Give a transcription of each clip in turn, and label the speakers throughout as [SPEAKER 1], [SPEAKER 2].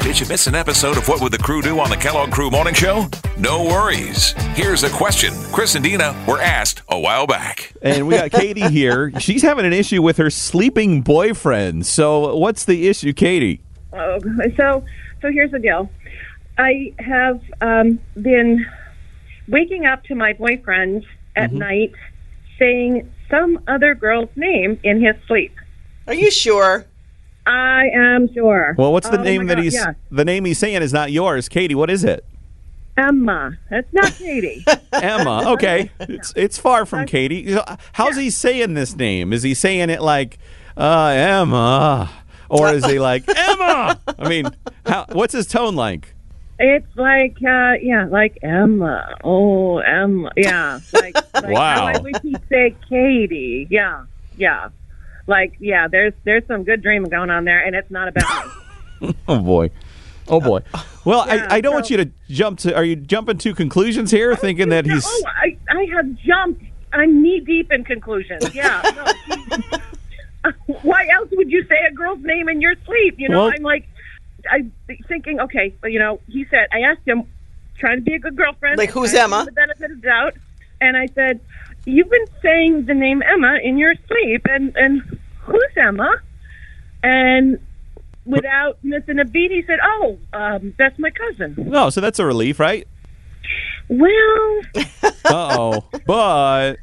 [SPEAKER 1] Did you miss an episode of What Would the Crew Do on the Kellogg Crew Morning Show? No worries. Here's a question Chris and Dina were asked a while back.
[SPEAKER 2] And we got Katie here. She's having an issue with her sleeping boyfriend. So, what's the issue, Katie?
[SPEAKER 3] Oh, so so here's the deal. I have um, been waking up to my boyfriend at
[SPEAKER 2] Mm-hmm.
[SPEAKER 3] night saying some other girl's name in his sleep.
[SPEAKER 4] Are you sure?
[SPEAKER 3] I am sure.
[SPEAKER 2] Well, what's the
[SPEAKER 3] Oh, my
[SPEAKER 2] name that
[SPEAKER 3] God,
[SPEAKER 2] he's
[SPEAKER 3] yeah.
[SPEAKER 2] the name he's saying is not yours, Katie. What is it?
[SPEAKER 3] Emma? That's not Katie.
[SPEAKER 2] Emma. Okay, it's it's far from Katie. You know, How's he saying this name? Is he saying it like uh, Emma, or is he like Emma? I mean, how, what's his tone like?
[SPEAKER 3] it's like uh, yeah, like Emma. Oh, Emma. Yeah. Like, like
[SPEAKER 2] Wow.
[SPEAKER 3] how I wish he'd say Katie. Yeah. Yeah. Like yeah, there's there's some good dreaming going on there, and it's not about me.
[SPEAKER 2] Oh boy, oh boy. Well,
[SPEAKER 3] Yeah,
[SPEAKER 2] I, I don't
[SPEAKER 3] so-
[SPEAKER 2] want you to jump to. Are you jumping to conclusions here, thinking that he's?
[SPEAKER 3] Oh, I, I have jumped. I'm knee deep in conclusions. Yeah. No, she- why else would you say a girl's name in your sleep? You know,
[SPEAKER 2] Well-
[SPEAKER 3] I'm like, I'm thinking, okay, well, you know, he said, I asked him, trying to be a good girlfriend.
[SPEAKER 4] Like, who's
[SPEAKER 3] I gave him
[SPEAKER 4] Emma?
[SPEAKER 3] The benefit of doubt. And I said, you've been saying the name Emma in your sleep, and and who's Emma? And without missing a beat, he said, oh, um, that's my cousin.
[SPEAKER 2] No, so that's a relief, right?
[SPEAKER 3] Well,
[SPEAKER 2] Uh oh, but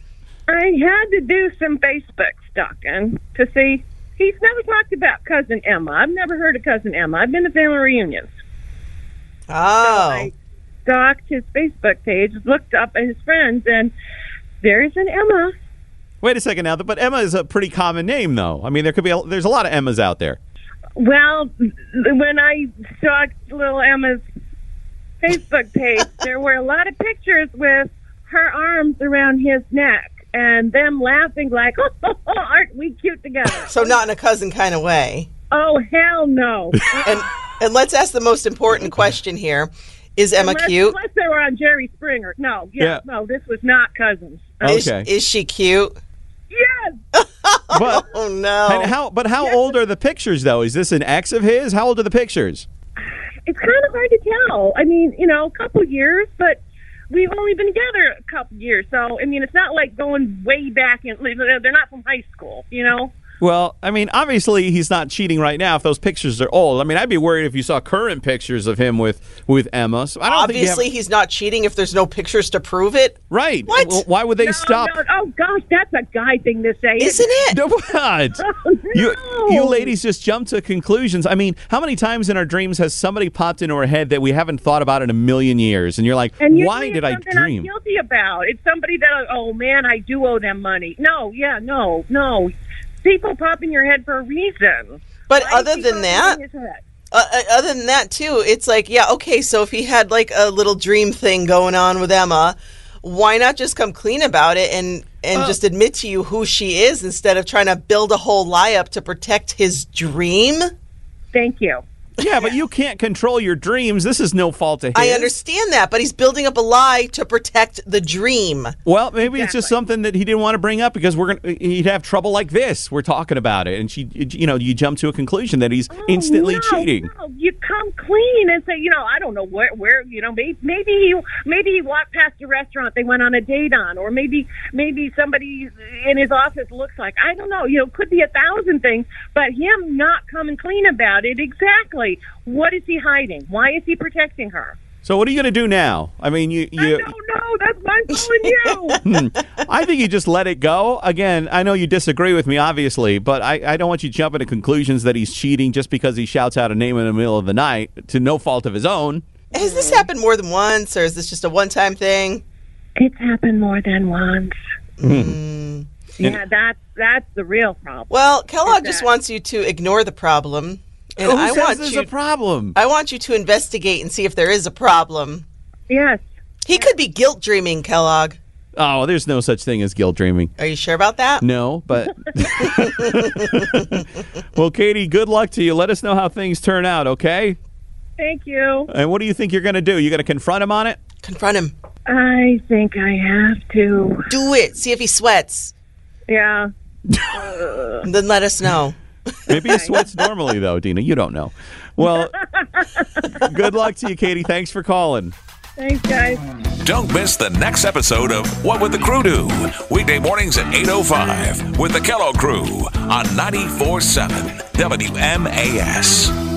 [SPEAKER 3] I had to do some Facebook stalking to see. He's never talked about cousin Emma. I've never heard of cousin Emma. I've been to family reunions.
[SPEAKER 4] Oh.
[SPEAKER 3] Stalked his Facebook page, looked up at his friends, and there's an Emma.
[SPEAKER 2] wait a second now. But Emma is a pretty common name, though. I mean, there could be a, there's a lot of Emmas out there.
[SPEAKER 3] Well, when I stalked little Emma's Facebook page, there were a lot of pictures with her arms around his neck and them laughing like, "Oh, aren't we cute together?"
[SPEAKER 4] So not in a cousin kind of way.
[SPEAKER 3] oh, hell no.
[SPEAKER 4] And and let's ask the most important question here. Is Emma
[SPEAKER 3] unless,
[SPEAKER 4] cute?
[SPEAKER 3] Unless they were on Jerry Springer. No, yeah,
[SPEAKER 2] Yeah.
[SPEAKER 3] no, this was not Cousins. Uh,
[SPEAKER 4] Is,
[SPEAKER 2] Okay.
[SPEAKER 4] is she cute?
[SPEAKER 3] yes,
[SPEAKER 2] But
[SPEAKER 4] Oh no.
[SPEAKER 2] And how? But how old are the pictures though? Is this an ex of his? How old are the pictures?
[SPEAKER 3] it's kind of hard to tell. I mean, you know, a couple years, but we've only been together a couple years, so I mean, it's not like going way back. And they're not from high school, you know.
[SPEAKER 2] Well, I mean, obviously he's not cheating right now. If those pictures are old, I mean, I'd be worried if you saw current pictures of him with with Emma. So I don't
[SPEAKER 4] Obviously
[SPEAKER 2] think you have,
[SPEAKER 4] he's not cheating if there's no pictures to prove it.
[SPEAKER 2] right.
[SPEAKER 4] What?
[SPEAKER 2] Well, why would they stop?
[SPEAKER 3] No, no, oh gosh, that's a guy thing to say.
[SPEAKER 4] Isn't it?
[SPEAKER 2] No, what? You, you ladies just jump to conclusions. I mean, how many times in our dreams has somebody popped into our head that we haven't thought about in a million years? And you're like,
[SPEAKER 3] And usually
[SPEAKER 2] why
[SPEAKER 3] it's
[SPEAKER 2] did I
[SPEAKER 3] something I'm
[SPEAKER 2] dream?
[SPEAKER 3] guilty about. It's somebody that I- oh man, I do owe them money. No, yeah, no, no. People pop in your head for a reason.
[SPEAKER 4] But
[SPEAKER 3] Why do
[SPEAKER 4] other
[SPEAKER 3] people pop
[SPEAKER 4] than that,
[SPEAKER 3] in his head?
[SPEAKER 4] uh, uh, other than that too, it's like, yeah, okay, so if he had like a little dream thing going on with Emma, why not just come clean about it and and just admit to you who she is instead of trying to build a whole lie up to protect his dream?
[SPEAKER 3] Thank you.
[SPEAKER 2] yeah, but you can't control your dreams. This is no fault of his.
[SPEAKER 4] I understand that, but he's building up a lie to protect the dream.
[SPEAKER 2] Well, maybe it's just something that he didn't want to bring up because we're gonna he'd have trouble like this. We're talking about it, and she, you know, you jump to a conclusion that he's instantly
[SPEAKER 3] Oh, no,
[SPEAKER 2] cheating.
[SPEAKER 3] No. You come clean and say, you know, I don't know where, where, you know, maybe, maybe he, maybe he walked past a restaurant they went on a date on, or maybe, maybe somebody in his office looks like, I don't know, you know, could be a thousand things, but him not coming clean about it. Exactly. What is he hiding? Why is he protecting her?
[SPEAKER 2] So what are you gonna do now? I mean, you,
[SPEAKER 3] I
[SPEAKER 2] you,
[SPEAKER 3] don't know. That's why I'm calling you.
[SPEAKER 2] Hmm. I think you just let it go. Again, I know you disagree with me, obviously, but I, I don't want you jumping to conclusions that he's cheating just because he shouts out a name in the middle of the night to no fault of his own.
[SPEAKER 4] Has
[SPEAKER 2] Mm-hmm.
[SPEAKER 4] this happened more than once, or is this just a one-time thing?
[SPEAKER 3] it's happened more than once.
[SPEAKER 2] Hmm.
[SPEAKER 3] Yeah, that's that's the real problem.
[SPEAKER 4] Well, Kellogg just wants you to ignore the problem, and
[SPEAKER 2] Who
[SPEAKER 4] I
[SPEAKER 2] says
[SPEAKER 4] want
[SPEAKER 2] there's
[SPEAKER 4] you.
[SPEAKER 2] a problem?
[SPEAKER 4] I want you to investigate and see if there is a problem.
[SPEAKER 3] Yes.
[SPEAKER 4] He could be guilt dreaming, Kellogg.
[SPEAKER 2] Oh, there's no such thing as guilt dreaming.
[SPEAKER 4] Are you sure about that?
[SPEAKER 2] No, but well, Katie, good luck to you. Let us know how things turn out, okay?
[SPEAKER 3] Thank you.
[SPEAKER 2] And what do you think you're going to do? You going to confront him on it?
[SPEAKER 4] Confront him.
[SPEAKER 3] I think I have to.
[SPEAKER 4] Do it. See if he sweats.
[SPEAKER 3] Yeah.
[SPEAKER 4] And then let us know.
[SPEAKER 2] Maybe he sweats normally, though, Dina. You don't know. Well, Good luck to you, Katie. Thanks for calling.
[SPEAKER 3] Thanks, guys.
[SPEAKER 1] Don't miss the next episode of What Would the Crew Do? Weekday mornings at 8.05 with the Kellogg Crew on 94.7 WMAS.